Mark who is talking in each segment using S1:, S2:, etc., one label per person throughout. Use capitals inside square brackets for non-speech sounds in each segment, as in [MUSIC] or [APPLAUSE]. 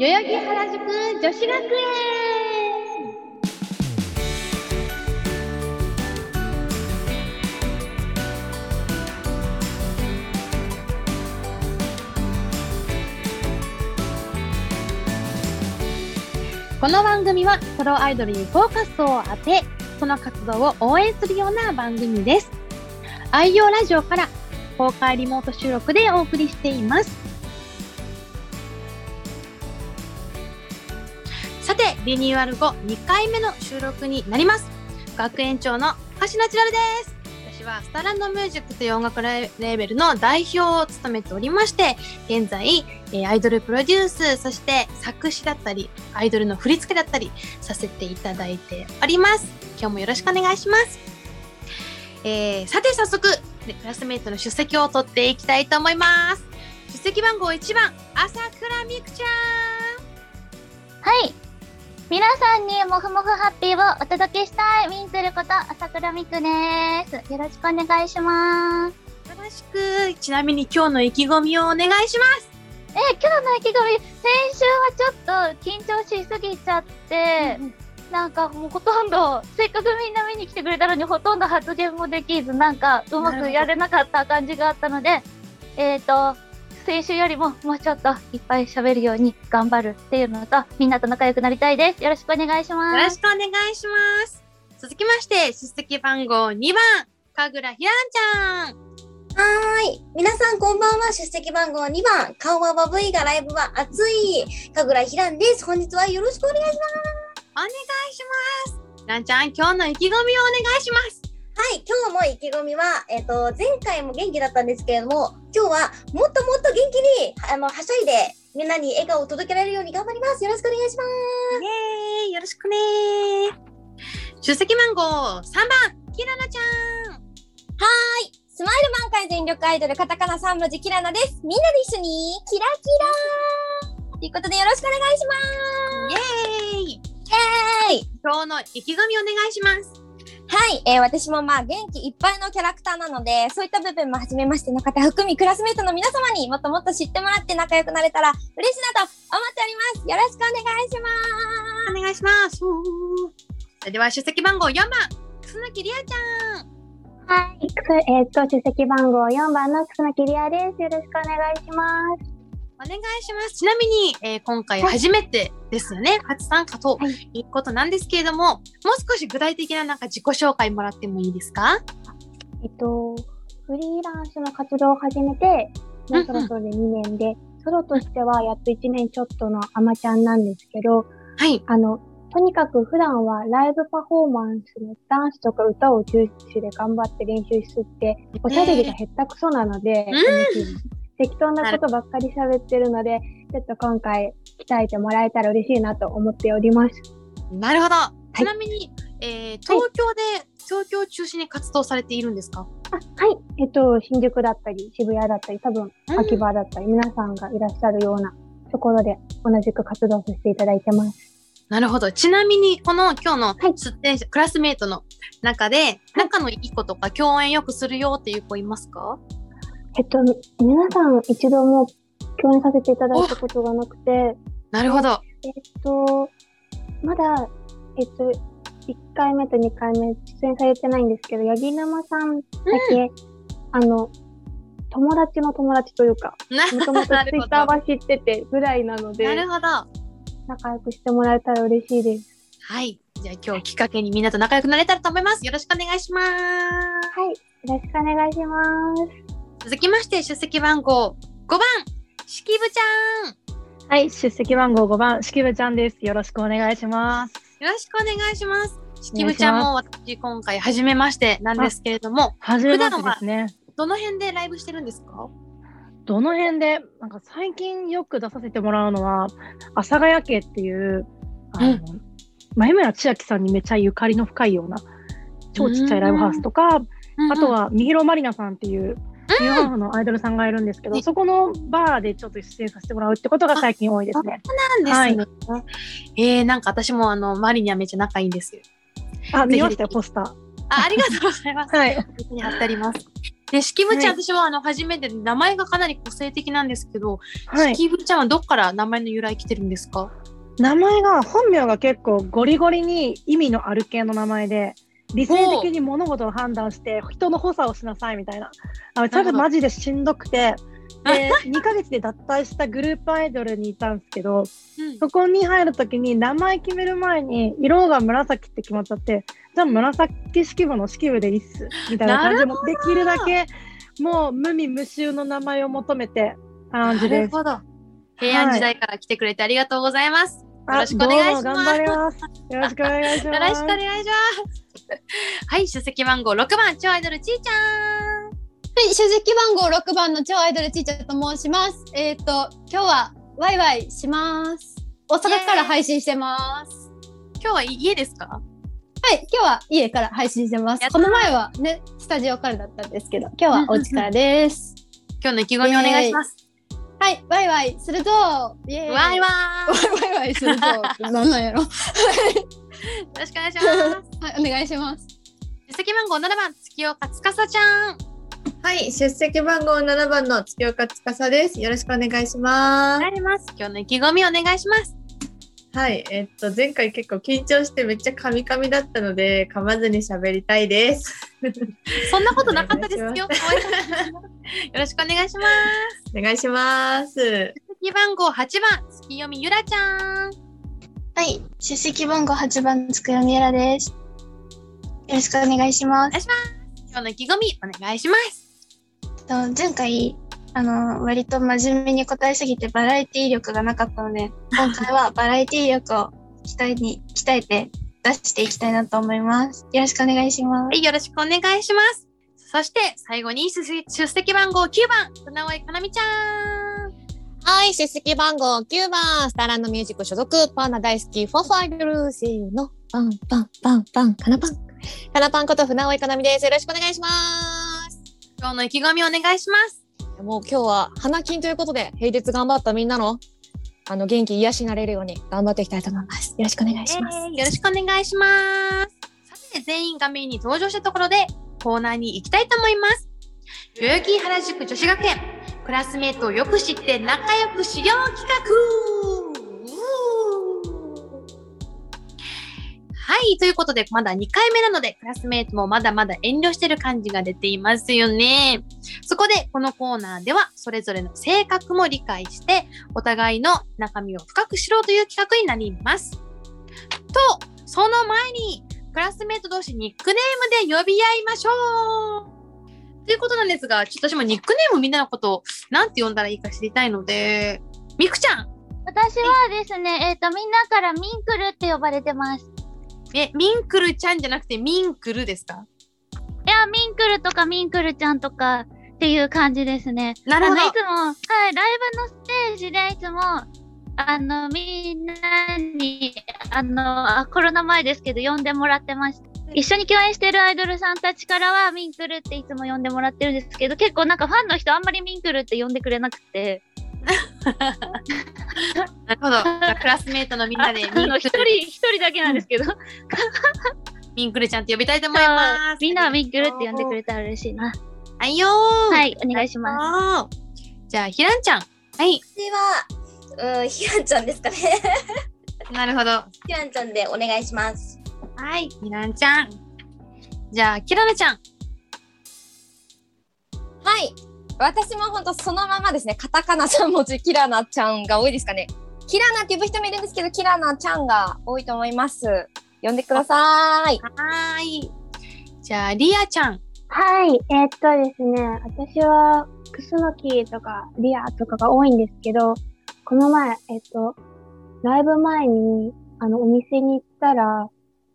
S1: 代々木原宿女子学園この番組はソロアイドルにフォーカスを当てその活動を応援するような番組です愛用ラジオから公開リモート収録でお送りしていますさてリニューアル後2回目の収録になります学園長の橋ナチュラルです私はスタランドミュージックという音楽レーベルの代表を務めておりまして現在、えーアイドルプロデュースそして作詞だったりアイドルの振り付けだったりさせていただいております今日もよろしくお願いします、えーさて早速でクラスメイトの出席を取っていきたいと思います出席番号1番朝倉美久ちゃん
S2: はい。皆さんにもふもふハッピーをお届けしたい、ウィンクルこと朝倉美久です。よろしくお願いします。
S1: よろしくちなみに今日の意気込みをお願いします
S2: え、今日の意気込み、先週はちょっと緊張しすぎちゃって、なんかもうほとんど、せっかくみんな見に来てくれたのにほとんど発言もできず、なんかうまくやれなかった感じがあったので、えっ、と、先週よりももうちょっといっぱい喋るように頑張るっていうのと、みんなと仲良くなりたいです。よろしくお願いします。
S1: よろしくお願いします。続きまして、出席番号2番、神楽ひらんちゃ
S3: は
S1: ん。
S3: ーい。皆さんこんばんは。出席番号2番。顔はバブいがライブは熱い。神楽ひらんです。本日はよろしくお願いします。
S1: お願いします。ひらんちゃん、今日の意気込みをお願いします。
S3: はい。今日も意気込みは、えっ、と、前回も元気だったんですけれども、今日はもっともっと元気に、あの、はしゃいで、みんなに笑顔を届けられるように頑張ります。よろしくお願いします。
S1: イェーイ、よろしくね出席番号3番、きららちゃん。
S3: スマイル満開全力アイドル、カタカナ3文字、キラナです。みんなで一緒に、キラキラということでよろしくお願いしま
S1: イェーイ、
S3: す。イェーイ
S1: 今日の意気込みお願いします。
S3: はい、えー私もまあ元気いっぱいのキャラクターなので、そういった部分も初めましての方含み、クラスメイトの皆様にもっともっと知ってもらって仲良くなれたら嬉しいなと思っております。よろしくお願いします。
S1: お願いします。それでは、出席番号4番、楠木りあちゃん。
S2: はい、えっと、出席番号4番の楠木りあです。よろしくお願いします。
S1: お願いします。ちなみに、えー今回初めてですよね、初参加
S2: は
S1: と
S2: い
S1: いうことなんですけれども、もう少し具体的ななんか自己紹介もらってもいいですか
S2: えっと、フリーランスの活動を始めて、もうそろそろで2年で、ソロとしてはやっと1年ちょっとのアマちゃんなんですけど、
S1: はい。
S2: あの、とにかく普段はライブパフォーマンスのダンスとか歌を重視で頑張って練習しすって、おしゃべりが下手くそなので、適当なことばっかり喋ってるので、ちょっと今回鍛えてもらえたら嬉しいなと思っております。
S1: なるほど。
S2: い
S1: ちなみに、えー東京で、東京を中心に活動されているんですか
S2: はい。えっと、新宿だったり、渋谷だったり、多分、秋葉だったり、皆さんがいらっしゃるようなところで同じく活動させていただいてます。
S1: なるほど。ちなみに、この今日
S2: は
S1: の
S2: い
S1: 出演者、クラスメイトの中で、仲のいい子とか共演よくするよっていう子いますか
S2: えっと、皆さん一度も共演させていただいたことがなくて、
S1: なるほど。
S2: えっと、まだ、えっと、1回目と2回目出演されてないんですけど、八木沼さんだけ、あの、友達の友達というか、
S1: な
S2: もともとツイ
S1: なるほ
S2: ッター
S1: ど。
S2: は知っててぐらいなの
S1: な
S2: で
S1: る、ほど。
S2: 仲良くしてもらえたら嬉しいです。
S1: はい。じゃあ今日きっかけにみんなと仲良くなれたらと思います。よろしくお願いします。
S2: はい。よろしくお願いします。
S1: 続きまして出席番号5番、しきぶちゃん。
S4: はい、出席番号5番、しきぶちゃんです。よろしくお願いします。
S1: よろしくお願いします。しきぶちゃんも私今回初めましてなんですけれども、
S4: はじめましてですね。
S1: どの辺でライブしてるんですか
S4: どの辺で、なんか最近よく出させてもらうのは、阿佐ヶ谷家っていう、あの、前村千秋さんにめちゃゆかりの深いような、超ちっちゃいライブハウスとか、あと、は三広まりなさんっていう、ニューハーフのアイドルさんがいるんですけど、
S1: ね
S4: そこのバーでちょっと出演させてもらうってことが最近多いですね。
S1: うんなんですね。えー、なんか私もあの、マリにはめっちゃ仲いいんですよ。
S4: あ、見ましたよ、ポスター。
S1: あ、ありがとうございます。
S4: はい。
S1: 手に貼ってあります。で、式部ちゃん、
S4: は
S1: 私はあの、初めてで、名前がかなり個性的なんですけど、
S4: はい。
S1: 式部ちゃんはどっから名前の由来来てるんですか
S4: 名前が本名が結構ゴリゴリに意味のある系の名前で理性的に物事を判断して人の補佐をしなさいみたいなあめちゃくちゃマジでしんどくてで
S1: [LAUGHS]
S4: 2ヶ月で脱退したグループアイドルにいたんですけど
S1: うん
S4: そこに入る時に名前決める前に色が紫って決まっちゃってじゃあ紫式部の式部でいいっすみたいな感じでもうできるだけもう無味無臭の名前を求めて感
S1: な
S4: じで
S1: る
S4: す。
S1: ほど。平安時代から来てくれてありがとうございます。よろしくお願いします
S4: あどうも頑張ります。よろしくお願いします。
S1: よろしくお願いします。はい、出席番号6番、超アイドルちーちゃん。
S5: はい、所持番号6番の超アイドルちーちゃんと申します。えっ、と、今日はワイワイします。大阪から配信してます。
S1: 今日は家ですか
S5: はい、今日は家から配信してます
S1: やっ。た
S5: この前はね、スタジオからだったんですけど、今日はお家からです。
S1: 今日の意気込みお願いします。
S5: はい、ワイワイするぞイエーイ
S1: わいわー。よ
S5: ワイワイす
S1: [LAUGHS]
S5: るぞなんなんやろは
S1: ろしくお願いします。
S5: い、お願い
S4: [LAUGHS]
S5: します。
S1: 出席番号7番、月岡つかさちゃん。
S6: はい、出席番号7番の月岡司です。よろしくお願いします。
S1: ります。今日の意気込みお願いします。
S6: はい、えっと前回結構緊張してめっちゃカミカミだったので噛まずに喋りたいです。
S1: [LAUGHS] そんなことなかったですよ。
S6: お願いし
S1: よろしくお願いします。
S6: お願いします。
S1: 出席番号8番、月読みゆらちゃん。
S7: はい、出席番号8番つくよみえらです。よろしくお願いします。
S1: 今日の意気込みお願いします。
S7: と前回あの割と真面目に答えすぎてバラエティ力がなかったので、今回はバラエティ力を鍛えに鍛えて出していきたいなと思います。よろしくお願いします
S1: は。い、よろしくお願いします。そして最後に出席出席番号9番、船尾かなみちゃん。
S8: はい、出席番号9番、スターランドミュージック所属、パンダ大好き、フォーファイドル、せーの、パンパンパンパン、かなパン。かなパンこと船尾いかなみです。よろしくお願いします。
S1: 今日の意気込みお願いします。
S8: もう今日は花金ということで、平日頑張ったみんなの、あの、元気癒しになれるように頑張っていきたいと思います。よろしくお願いします。
S1: えーよろしくお願いします。さて、全員画面に登場したところで、コーナーに行きたいと思います。代々木原宿女子学園、クラスメートをよく知って仲良くしよう企画はい、ということで、まだ2回目なので、クラスメートもまだまだ遠慮してる感じが出ていますよね。そこで、このコーナーでは、それぞれの性格も理解して、お互いの中身を深く知ろうという企画になります。と、その前に、クラスメート同士ニックネームで呼び合いましょうということなんですが、ちょっと私もニックネームみんなのことを、なんて呼んだらいいか知りたいので、みくちゃん、
S2: 私はですね、えっ、と、みんなからミンクルって呼ばれてます。
S1: え、ミンクルちゃんじゃなくてミンクルですか
S2: いや、ミンクルとかミンクルちゃんとかっていう感じですね。
S1: な
S2: あ
S1: る
S2: の
S1: ほ
S2: いつ
S1: ど。
S2: も、はい、ライブのステージでいつも、あの、みんなに、あの、あコロナ前ですけど、呼んでもらってました。一緒に共演してるアイドルさんたちからは、ミンクルっていつも呼んでもらってるんですけど、結構なんかファンの人あんまりミンクルって呼んでくれなくて、
S1: なるほど。じゃあクラスメートのみん
S2: [LAUGHS] あの、
S1: なでミ
S2: 一
S1: ンクル
S2: 人、一人だけなんですけど、
S1: ミンクルちゃんと呼びたいと思います。
S2: みんなはミンクルって呼んでくれたら嬉しいな。
S1: はいよー。。
S2: はいい、お願いします。
S1: じゃあ、ひらんちゃん。はい。
S3: 私は、うん、ひらんちゃんですかね。
S1: [LAUGHS] なるほど。
S3: ひらんちゃんでお願いします。
S1: はい。ひらんちゃん。じゃあ、きららちゃん。
S3: はい。私も本当そのままですね、カタカナ3文字、キラナちゃんが多いですかね。キラナって呼ぶ人もいるんですけど、キラナちゃんが多いと思います。呼んでください。
S1: はーい。じゃあ、りあちゃん。
S9: はい、えーっとですね、私は、クスノキとか、リアとかが多いんですけど、この前、えーっと、ライブ前に、あの、お店に行ったら、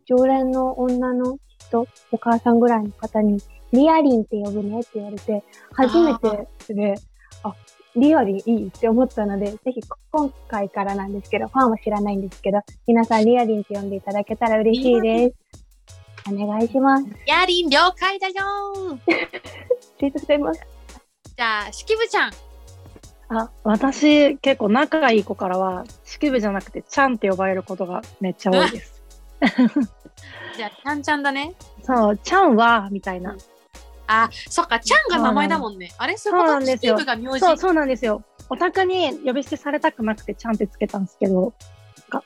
S9: 常連の女の人、お母さんぐらいの方に、リアリンって呼ぶねって言われて、初めてで、あリアリンいいって思ったので、ぜひ今回からなんですけど、ファンは知らないんですけど、皆さんリアリンって呼んでいただけたら嬉しいです。お願いします。あ
S1: やりん、了解
S4: [LAUGHS]
S1: だよー。
S9: りがとうございます。
S1: じゃあ、しきぶちゃん。
S4: あ私結構仲いい子からは式部じゃなくてちゃんって呼ばれることがめっちゃ多いです。
S1: じゃあ、ちゃんちゃんだね。
S4: そうちゃんはみたいな
S1: あ、そっか、ちゃんが名前だもんね。あれそういう
S4: そう
S1: こ
S4: な
S1: と
S4: ん
S1: ス
S4: で
S1: テ
S4: す
S1: ィー
S4: よ
S1: ブが名字。
S4: そうそうなんですよお宅に呼び捨てされたくなくてちゃんってつけたんですけど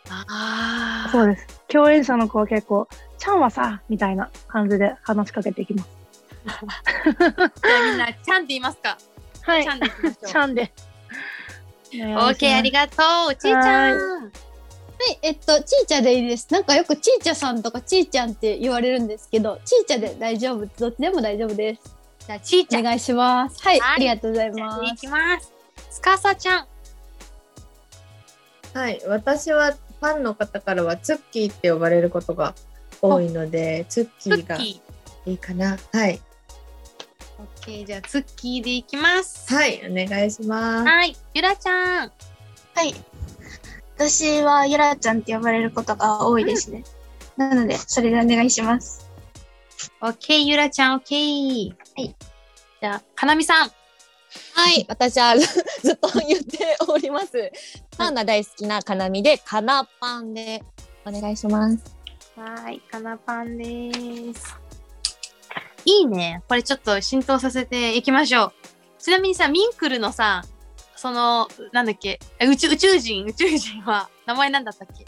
S1: あー
S4: そうです共演者の子は結構「ちゃんはさ」みたいな感じで話しかけていきます
S1: じゃあみんな、ちゃんって言いますか。
S4: はい
S1: ちゃんでいきましょう
S4: ちゃんで
S1: オーケー、ありがとう。ちいちゃ
S5: は
S1: ん。
S5: い、えっと、ちいちゃでいいです。なんかよくちいちゃさんとかちいちゃんって言われるんですけど、ちいちゃで大丈夫、どっちでも大丈夫です。
S1: じゃあ、ちいちゃ
S5: お
S1: ん。
S5: 願いします。はい、
S1: はい
S5: ありがとうござい
S1: じゃ
S5: ま
S1: あい
S5: す
S1: き。ます。つかさちゃん。
S6: はい、私はファンの方からはツッキーって呼ばれることが多いので、ツッキ
S1: ツ
S6: ー
S1: ッ
S6: がい
S1: キー。
S6: いかな。はい、
S1: オッケー、じゃあ、ツッキーでいきます。
S6: はい、お願いします。
S1: はい、ゆらちゃん。
S7: はい。私はゆらちゃんって呼ばれることが多いですね。なので、それでお願いします。
S1: オッケー、ゆらちゃん、オッケー。
S7: はい。
S1: じゃあ、かなみさん。
S8: はい、私はずっと言っております。パンが大好きなかなみで、かなパンでお願いします。
S1: はい、かなパンです。いいね。これちょっと浸透させていきましょう。ちなみにさ、ミンクルのさ、その、なんだっけ、え宇宙宇宙人、宇宙人は名前なんだったっけ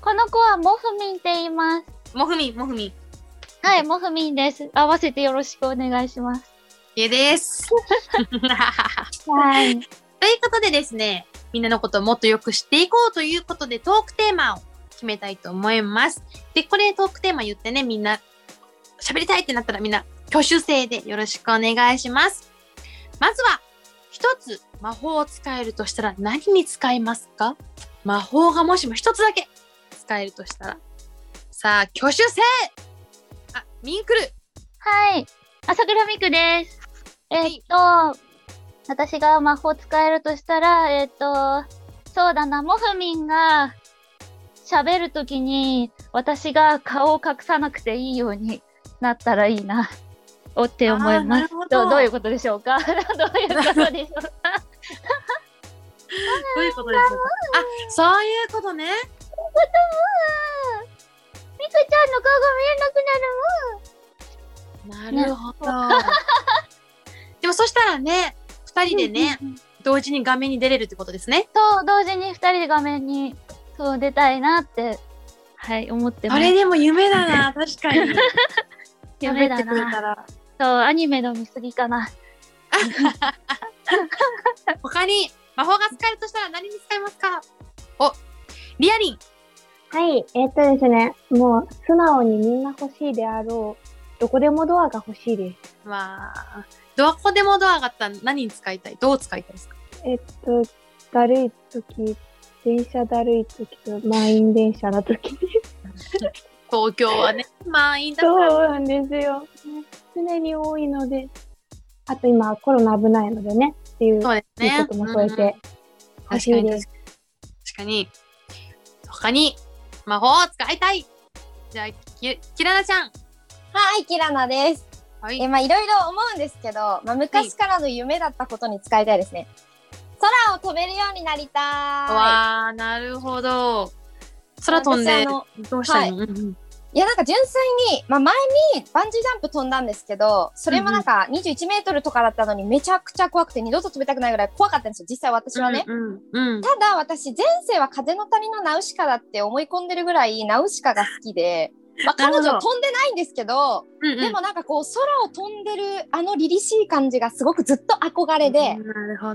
S2: この子はモフミンって言います。
S1: モフミン、モフミン。
S2: はい、モフミンです。合わせてよろしくお願いします。
S1: 家です。
S2: はい。
S1: ということでですね、みんなのことをもっとよく知っていこうということでトークテーマを決めたいと思います。で、これトークテーマ言ってね、みんな喋りたいってなったらみんな挙手制でよろしくお願いします。まずは、一つ魔法を使えるとしたら何に使いますか魔法がもしも一つだけ使えるとしたら。さあ、挙手制あ、ミンクル。
S2: はい。朝倉美久です。えっと、私が魔法使えるとしたら、えっと、そうだな、モフミンが喋るときに私が顔を隠さなくていいようになったらいいな、おって思います。
S1: あーなるほど
S2: どうどういうことでしょうか [LAUGHS] どういう
S1: [LAUGHS]
S2: ことでしょうか
S1: どういうことですかあ、そういうこと
S2: [LAUGHS]
S1: ね。
S2: ミクちゃんの顔が見えなくなる
S1: なるほど。でもそしたらね、二人でね、同時に画面に出れるってことですね。
S2: と同時に2人で画面にそう出たいなってはい思ってま
S1: あ
S2: す
S1: れでも夢だ
S2: [LAUGHS]
S1: な、確かに。
S2: 夢
S1: 喋っ
S2: だ
S1: てくれた
S2: な
S1: ら。
S2: そうアニメの見過ぎかな
S1: 他に魔法が使えるとしたら何に使いますかお、リアリン。
S9: はい、えーっとですね、もう素直にみんな欲しいであろう、どこでもドアが欲しいです。
S1: まあ、どこでもドアがあったら何に使いたいどう使いたいですか
S9: えっと、だるい時、電車だるい時と満員電車の時に。
S1: 東京
S2: [LAUGHS]
S1: はね、満員だ
S9: そう
S1: から。
S9: なんですよ。ね常に多いので、あと今コロナ危ないのでねっていう
S1: そうです
S9: いい
S1: ね。
S9: ことも添え
S1: うん
S9: て欲しい
S1: 確かに
S9: です。
S1: 確かに。他に魔法を使いたい。じゃあ、きキララちゃん。
S3: はい、キラナです。
S1: はい
S3: え、まあ、いろいろ思うんですけど、まあ、昔からの夢だったことに使いたいですね。空を飛べるようになりた
S1: わあなるほど
S3: い。
S1: 空飛んで
S3: 私あの
S1: どうしたいの、 [LAUGHS] うんうん
S3: いや、なんか純粋に、まあ、前にバンジージャンプ飛んだんですけど、それもなんか21メートルとかだったのにめちゃくちゃ怖くて二度と飛びたくないぐらい怖かったんですよ、実際私はね。
S1: うんうんうん
S3: ただ私前世は風の谷のナウシカだって思い込んでるぐらいナウシカが好きで、まあ、
S1: なる
S3: 彼
S1: ほど
S3: 女は飛んでないんですけど、
S1: うん
S3: でもなんかこう空を飛んでるあの凛々しい感じがすごくずっと憧れで
S1: な、るほど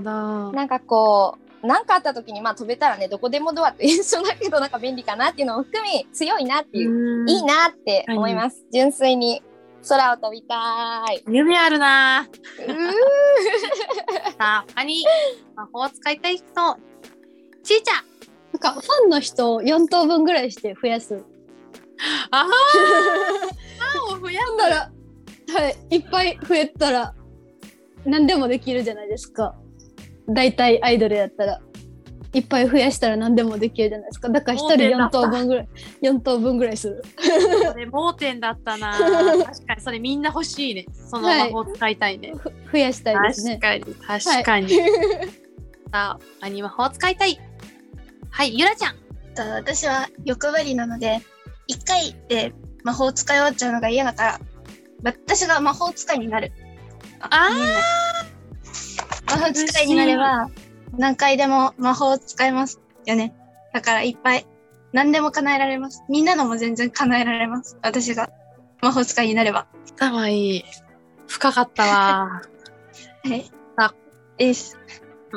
S3: なんかこうなんかあった時にまあ飛べたらねどこでもドアと一緒だけどなんか便利かなっていうのも含み強いなっていう、
S1: うん
S3: いいなって思います、純粋に空を飛びたい
S1: 夢あるな [LAUGHS]
S3: うー
S1: さあ他に魔法を使いたい人ちいちゃん
S5: なんかファンの人を4等分ぐらいして増やす。
S1: あ [LAUGHS] ーファンを増や
S5: なんだら、はい、いっぱい増えたら、何でもできるじゃないですか。大体アイドルやったら。いっぱい増やしたら何でもできるじゃないですか。だから一
S1: 盲
S5: 人
S1: 点だ
S5: 4
S1: った
S5: 等分ぐらい、4等分ぐらいする。
S1: すそれ盲点だった [LAUGHS] な確かにそれみんな欲しいねその魔法使いたい [LAUGHS] ね、
S5: ふ増やしたいです
S1: 確
S5: ね。
S1: かに確かに、 [LAUGHS] さあ他に魔法を使いたいはいゆらちゃん
S7: えっと私は欲張りなので、一回で魔法を使い終わっちゃうのが嫌だから、私が魔法使いになる。
S1: あ
S7: 魔法使いになれば、何回でも魔法を使えますよね。だからいっぱい、何でも叶えられます。みんなのも全然叶えられます。私が魔法使いになれば。
S1: かわいい。深かったわ。
S7: はい。
S1: あ
S7: です。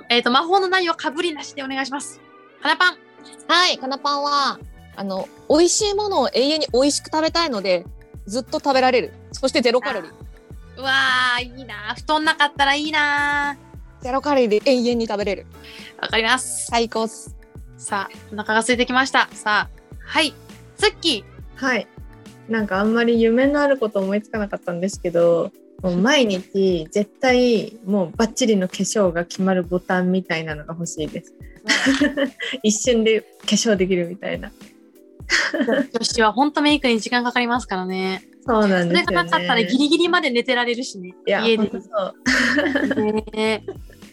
S1: えっ、と、魔法の内容かぶりなしでお願いします。花パン。
S8: はい、かなパンは、あの、美味しいものを永遠に美味しく食べたいので、ずっと食べられる。そしてゼロカロリー。
S1: うわあ、いいなー。布団なかったらいいな
S8: ゼロカロリーで永遠に食べれる。
S1: ー。わかります。
S8: 最高っす。
S1: さあ、お腹が空いてきました。さあ、はい。ツッキ
S6: はい。なんかあんまり夢のあること思いつかなかったんですけど、 [LAUGHS] もう毎日絶対もうバッチリの化粧が決まるボタンみたいなのが欲しいです。 [LAUGHS] 一瞬で化粧できるみたいな。
S1: ー、女子はほんとメイクに時間かかりますからね。
S6: そうなんですよ
S1: それ
S6: ね。
S1: がなかったらギリギリまで寝てられるしね。
S6: いや、
S1: 家
S6: ほん
S1: で
S6: と。そう。
S1: ね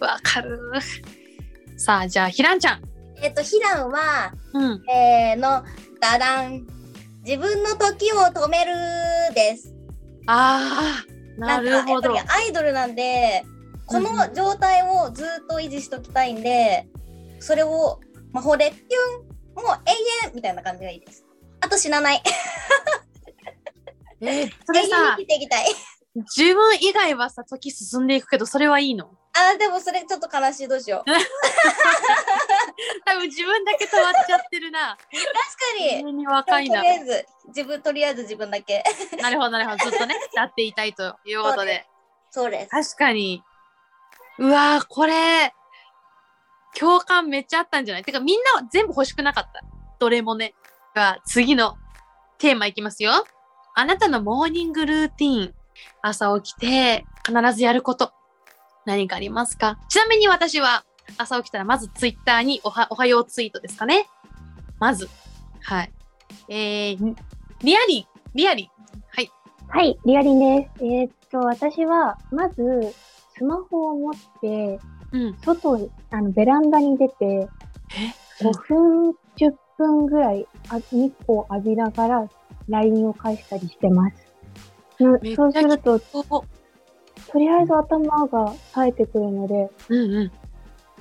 S1: わかる。さあ、じゃあ、ひらんちゃん。
S3: えっと、ヒランは、
S1: うん。
S3: えー、の、ダダン。自分の時を止めるです。
S1: ああ、なるほど
S3: なん。かやっぱりアイドルなんで、この状態をずっと維持しときたいんで、それを魔法でピュン、もう永遠みたいな感じがいいです。あと死なない。
S1: えーそ
S3: 永
S1: れ
S3: 遠
S1: さ
S3: に生、きていきたい。
S1: 自分以外はさ、時進んでいくけど、それはいいの
S3: あー、でもそれちょっと悲しい。どうしよう。確
S1: [LAUGHS] 多分自分だけ変わっちゃってるな。
S3: かに。
S1: 急に若い
S3: と
S1: な
S3: り。あえず、自分、とりあえず自分だけ。
S1: なるほど、なるほど。ずっとね、なっていたいということ
S3: そう
S1: で
S3: で。そうです。
S1: 確かに。うわー、これ、共感めっちゃあったんじゃないてか、みんなは全部欲しくなかった。どれもね。では、次のテーマいきますよ。あなたのモーニングルーティーン。朝起きて、必ずやること。何かありますかちなみに私は、朝起きたらまずツイッターにおはおはようツイートですかね。まず。はい。えー、リアリー、リアリー。はい。
S9: はい、リアリンです。えーっと、私は、まず、スマホを持って、
S1: うん。
S9: 外に、あの、ベランダに出て、5分、10分ぐらい、あ日光を浴びながら、LINE を返したりしてます。な
S1: めっちゃ
S9: そうすると、
S1: お
S9: とりあえず頭が冴えてくるので、
S1: うんうん。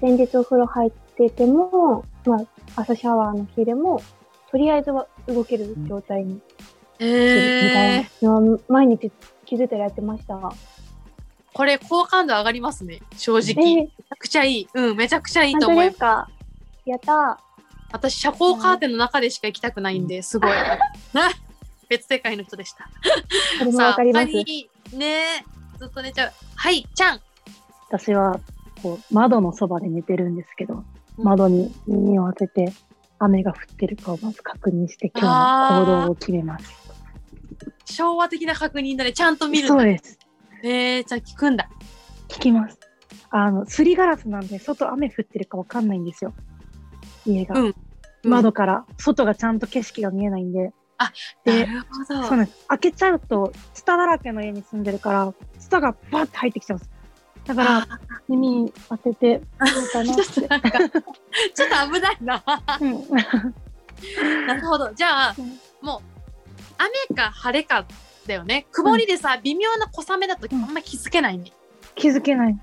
S9: 前日お風呂入ってても、まあ、朝シャワーの日でも、とりあえずは動ける状態にするみた
S1: えー
S9: い。なのは、毎日気づいたらやってました。
S1: これ好感度上がりますね正直、め
S9: え、
S1: ちゃくちゃいいうんめちゃくちゃいい
S9: 本
S1: と
S9: 当
S1: 思い
S9: で
S1: ます
S9: すかやったー。
S1: 私遮光カーテンの中でしか行きたくないんですごいな別世界の人でした
S9: これも
S1: さあ
S9: わかります。
S1: 他にねずっと寝ちゃうはいちゃん
S4: 私はこう窓のそばで寝てるんですけど、
S1: うん
S4: 窓に耳を当てて雨が降ってるかをまず確認して今日の行動を決めます。
S1: 昭和的な確認だねちゃんと見るん
S4: そう
S1: だ
S4: です。
S1: えー、じゃあ聞くんだ
S4: 聞きます。あのすりガラスなんで外雨降ってるかわかんないんですよ。家が、
S1: うんうん
S4: 窓から外がちゃんと景色が見えないんで、
S1: な
S4: で
S1: るほど
S4: そうなんです。開けちゃうとツタだらけの家に住んでるからツタがバーって入ってきちゃうんです。だから耳に当て
S1: [LAUGHS]
S4: てどうかなっ
S1: ちょっとなんかちょっと危ないな
S4: て。うん
S1: なるほどじゃあもう雨か晴れかだよね曇りでさ、微妙な小雨だとあんま気づけないね、
S4: 気づけない。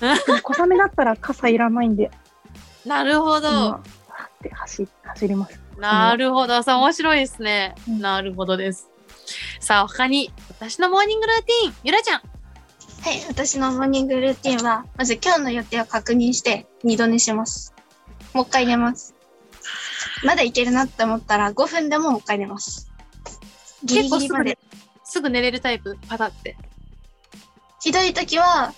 S4: でも小雨だったら傘いらないんで、
S1: [LAUGHS] なるほど、
S4: 今わーって走走ります。
S1: なるほど、さあ面白いですね。
S4: うん
S1: なるほどです。さあ他に私のモーニングルーティーン、ゆらちゃん。
S7: はい、私のモーニングルーティンは、まず今日の予定を確認して、二度寝します。もう一回寝ます。まだいけるなって思ったら、5分でももう一回寝ます。ギリギ
S1: 結構
S7: リ
S1: す
S7: ま
S1: ぐ
S7: で
S1: ね。すぐ寝れるタイプパタって。
S7: ひどい時は、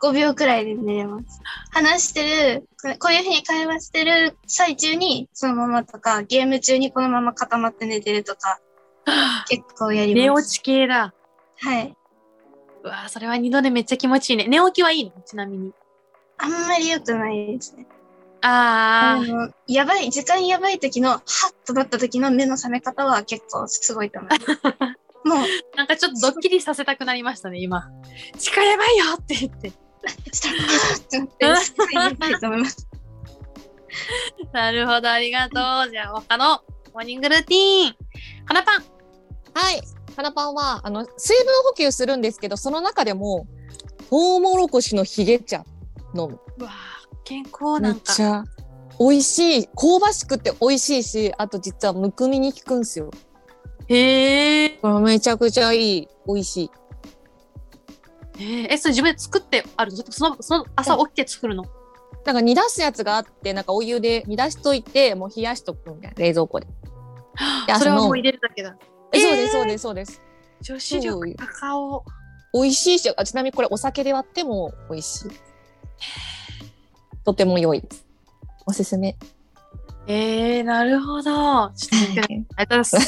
S7: 5秒くらいで寝れます。話してる、こういうふうに会話してる最中に、そのままとか、ゲーム中にこのまま固まって寝てるとか、結構やります。
S1: 寝落ち系だ。
S7: はい。
S1: うわあそれは二度寝めっちゃ気持ちいいね。寝起きはいいのちなみに。
S7: あんまり良くないですね。あ
S1: ああ、
S7: の、やばい、時間やばい時の、はっとなった時の目の覚め方は結構すごいと思います。もう、
S1: なんかちょっとドッキリさせたくなりましたね今。力やばいよって言って。
S7: したら、はっとなって、すごいやばいと思います。
S1: [LAUGHS] なるほどありがとう。じゃあ他のモーニングルーティーン、かなパン。
S8: はい。かなパンはあの水分補給するんですけどその中でもトウモロコシのヒゲ茶飲む
S1: うわ健康
S8: め
S1: な
S8: っ
S1: んか
S8: ちゃ美味しい香ばしくて美味しいしあと実はむくみに効くんすよ
S1: へえ
S8: これめちゃくちゃいい美味しい
S1: えそれ自分で作ってあるのそれともそのその朝起きて作るの
S8: なんか煮出すやつがあってなんかお湯で煮出しといてもう冷やしとくみたいな冷蔵庫でで
S1: それ
S8: 朝飲
S1: はも
S8: む
S1: う入れるだけだ
S8: え
S1: えー
S8: そうですそうですそうです
S1: 女子
S8: そう
S1: 力
S8: よ
S1: 高尾
S8: 美味しいしあちなみにこれお酒で割っても美味しいとても良いですおすすめ
S1: えー、なるほどちょっと見てみようありがとうございま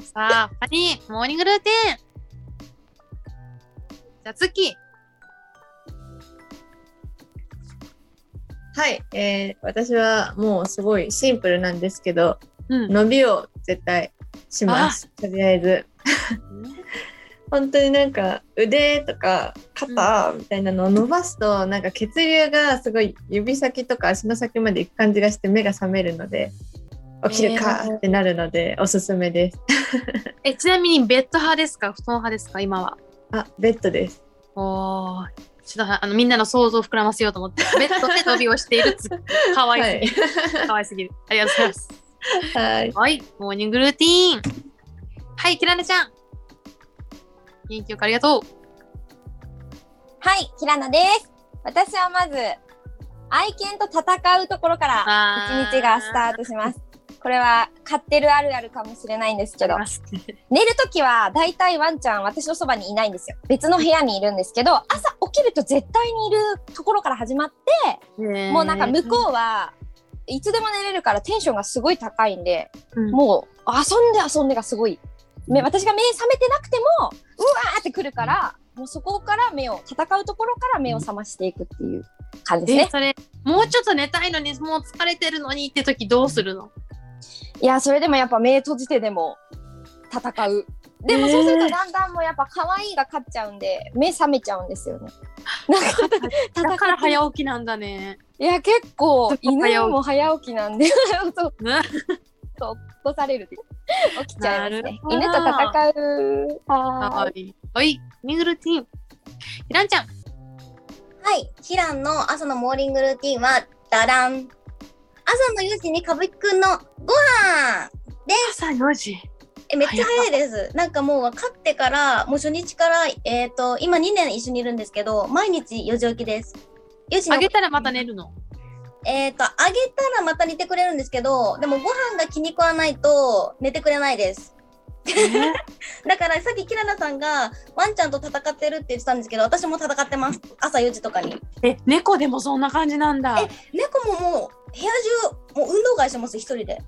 S1: す [LAUGHS] さあ他にモーニングルーティンじゃあ月
S6: はい、えー私はもうすごいシンプルなんですけど、
S1: うん
S6: 伸びを絶対しますとりあえず本当になんか腕とか肩みたいなのを伸ばすとなんか血流がすごい指先とか足の先まで行く感じがして目が覚めるので起きるかってなるのでおすすめです、
S1: えちなみにベッド派ですか布団派ですか今は
S6: あベッドです
S1: おーちょっとあのみんなの想像を膨らませようと思ってベッドで伸びをしてい [LAUGHS] る月かわいすぎる [LAUGHS] かわいすぎる。ありがとうございます。
S6: はいはい
S1: はい、モーニングルーティーン。はい、キラネちゃん。元気よくありがとう。
S3: はい、平野です。私はまず、愛犬と戦うところから、
S1: あ
S3: 一日がスタートします。これは、飼ってるあるあるかもしれないんですけど、
S1: ます。
S3: 寝るときは、だいたいワンちゃん、私のそばにいないんですよ。別の部屋にいるんですけど、朝起きると絶対にいるところから始まって、もうなんか向こうはいつでも寝れるからテンションがすごい高いんで、
S1: うん
S3: もう遊んで遊んでがすごい目私が目覚めてなくてもうわーってくるからもうそこから目を戦うところから目を覚ましていくっていう感じです
S1: え、
S3: ね。
S1: それ、もうちょっと寝たいのに、もう疲れてるのにって時どうするの
S3: いやそれでもやっぱ目閉じてでも戦う。でもそうするとだんだんもうやっぱ可愛いが勝っちゃうんで目覚めちゃうんですよね。なんか戦
S1: だから
S3: い。
S1: 早起きなんだね。
S3: いや結構
S1: 結構早起き
S3: 犬も早起きなんで [LAUGHS] [LAUGHS] そう
S1: ね
S3: 起こされるっていう起きちゃいます
S1: なる
S3: ね
S1: ほど
S3: 犬と戦う
S1: は。
S3: はい
S1: はい、モーニングルーティーン。キランちゃん。
S10: はい。ヒランの朝のモーニングルーティンは、ダラン。朝の4時に歌舞伎くんのご飯
S1: 朝4時。
S10: え、めっちゃ早いです。なんかもう分かってから、もう初日から、えっ、と、今2年一緒にいるんですけど、毎日4時起きです。4時
S1: あげ
S10: に、
S1: たらまた寝るの。
S10: えっ、と、あげたらまた寝てくれるんですけど、でもご飯が気に食わないと寝てくれないです。だからさっきキララさんがワンちゃんと戦ってるって言ってたんですけど、私も戦ってます。朝4時とかに。
S1: え、猫でもそんな感じなんだ。
S10: 猫ももう部屋中もう運動会してます一人で。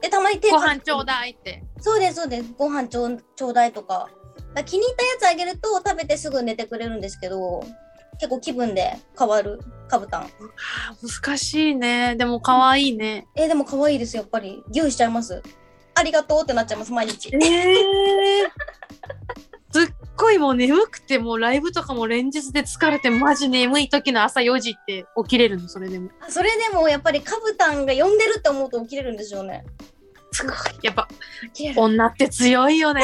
S10: でたまに手
S1: ご飯ちょうだいって。
S10: そうですそうですご飯ちょうちょうだいとかだから気に入ったやつあげると食べてすぐ寝てくれるんですけど結構気分で変わるカブタン
S1: あ難しいね。でも可愛いね。
S10: えーでも可愛いですやっぱりギューしちゃいますありがとうってなっちゃいます毎日
S1: えすっごいもう眠くてもうライブとかも連日で疲れてマジ眠い時の朝4時って起きれるのそれでも
S10: あそれでもやっぱりカブタンが呼んでるって思うと起きれるんでしょうね
S1: すごいやっぱ
S10: 起きれる
S1: [LAUGHS] 女って強いよね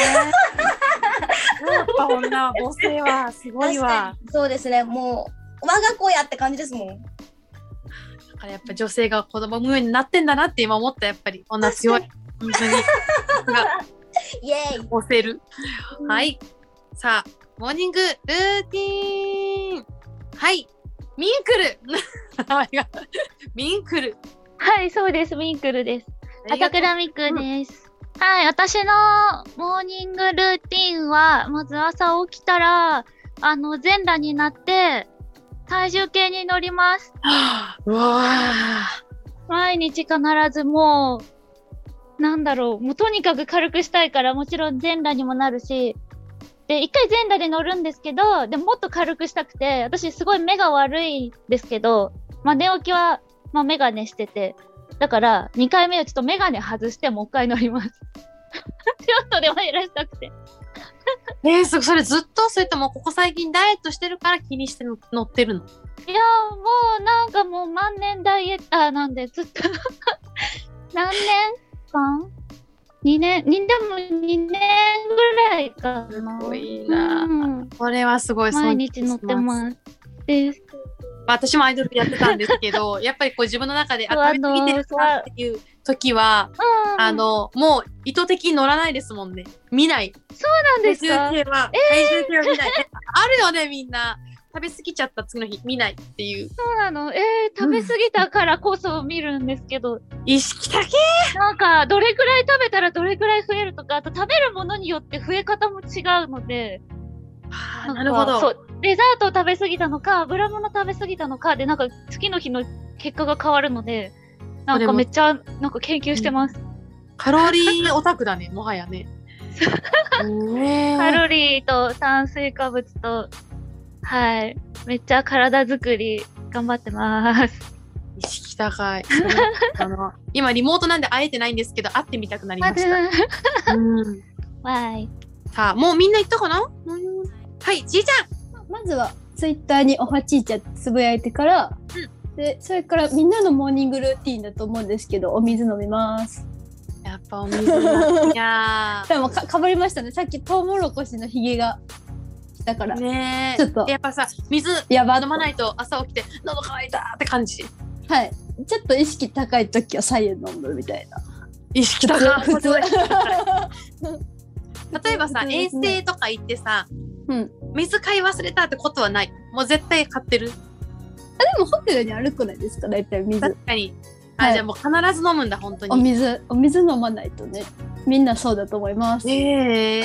S1: やっぱ女は母性はすごいわ
S10: 確かにそうですねもう我が子やって感じですもん
S1: だからやっぱ女性が子供産むようになってんだなって今思ったやっぱり女強い本当に
S2: [LAUGHS]
S10: イエーイ
S1: 押せる。はい。さあ、モーニングルーティーン。はい。ミンクル。 [LAUGHS] 名前がミンクル。
S2: はい、そうです。ミンクルです。朝倉美久です。はい、私のモーニングルーティンは、まず朝起きたら、あの、全裸になって、体重計に乗ります。
S1: うわあ。
S2: 毎日必ずもう、なんだろう、もうとにかく軽くしたいから、もちろん全裸にもなるし、で、一回全裸で乗るんですけど、でももっと軽くしたくて、私すごい目が悪いんですけど、まあ寝起きは、まあメガネしてて、だから、2回目はちょっとメガネ外して、もう一回乗ります。ち [LAUGHS] ょっとでも減らしたくて。
S1: えー、そそれずっとそれともここ最近ダイエットしてるから気にしての乗ってるの。
S2: いやー、もうなんかもう万年ダイエッターなんで、ずっと、何年間2年、にでも2年ぐらいかな。
S1: すごいな
S2: うん
S1: これはすごい
S2: 毎日乗って
S1: す。
S2: ます。で、
S1: 私もアイドルやってたんです
S2: [LAUGHS]
S1: けど、やっぱりこう自分の中で、あ、食べ過ぎてるなっていう時は、
S2: うん、
S1: あの、もう意図的に乗らないですもんね。見ない。
S2: そうなんですか
S1: 体重計は、体重計は見ない。あるよね、みんな。食べ過ぎちゃった次の日、見ないっていう。
S2: そうなの。えー、食べ過ぎたからこそ見るんですけど、
S1: 意識だけ
S2: なんか、どれくらい食べたらどれくらい増えるとか、あと食べるものによって増え方も違うので、
S1: あ
S2: んか
S1: ーなるほど。
S2: そう、デザートを食べ過ぎたのか、油物食べ過ぎたのかで、なんか次の日の結果が変わるので、なんかめっちゃ、なんか研究してます。
S1: カロリーオタクだね、もは
S2: [LAUGHS]
S1: やね。ねえ
S2: カロリーと炭水化物と、はい。めっちゃ体作り頑張ってます。
S1: 意識
S2: [LAUGHS]
S1: 高い。あの今リモートなんで会えてないんですけど、会ってみたくなりました。うん
S2: わい。
S1: さあ、もうみんな言ったかなはい、じいちゃん
S5: まずはツイッターにおはちいちゃんってつぶやいてから、でそれからみんなのモーニングルーティンだと思うんですけどお水飲みます
S1: やっぱお
S5: [LAUGHS]
S1: 水 [LAUGHS] だ。いや
S5: でもかかぶりましたねさっきトウモロコシのひげが来たから
S1: ー。ねえ。
S5: ちょっと
S1: やっぱさ、水
S5: やばっ
S1: 飲まないと朝起きて、喉乾いたって感じ。
S5: はいちょっと意識高い時は左右飲むみたいな
S1: 意識高い。
S5: 普通
S1: 例えばさ、
S5: うん
S1: 遠征とか行ってさ、
S5: うんで
S1: 水買い忘れたってことはない。もう絶対買ってる。
S5: もホテルに歩くないですか大体水
S1: 確かに。
S5: は
S1: あ、
S5: い
S1: じゃあもう必ず飲むんだ、本当
S5: [LAUGHS] お
S1: に。
S5: 水お水飲まないとねみんなそうだと思います、
S1: ねえ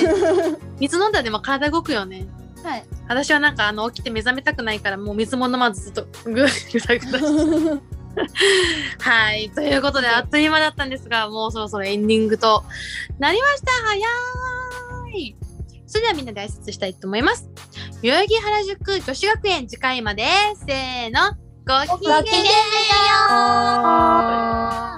S1: 水飲んだらでも体動くよね。
S5: はい
S1: 私はなんかあの起きて目覚めたくないからもう水も飲まずずっとグーグダグダ [LAUGHS] はいということであっという間だったんですがもうそろそろエンディングとなりました早いそれではみんなで挨拶したいと思います代々木原宿女子学園次回までせーのごきげんよう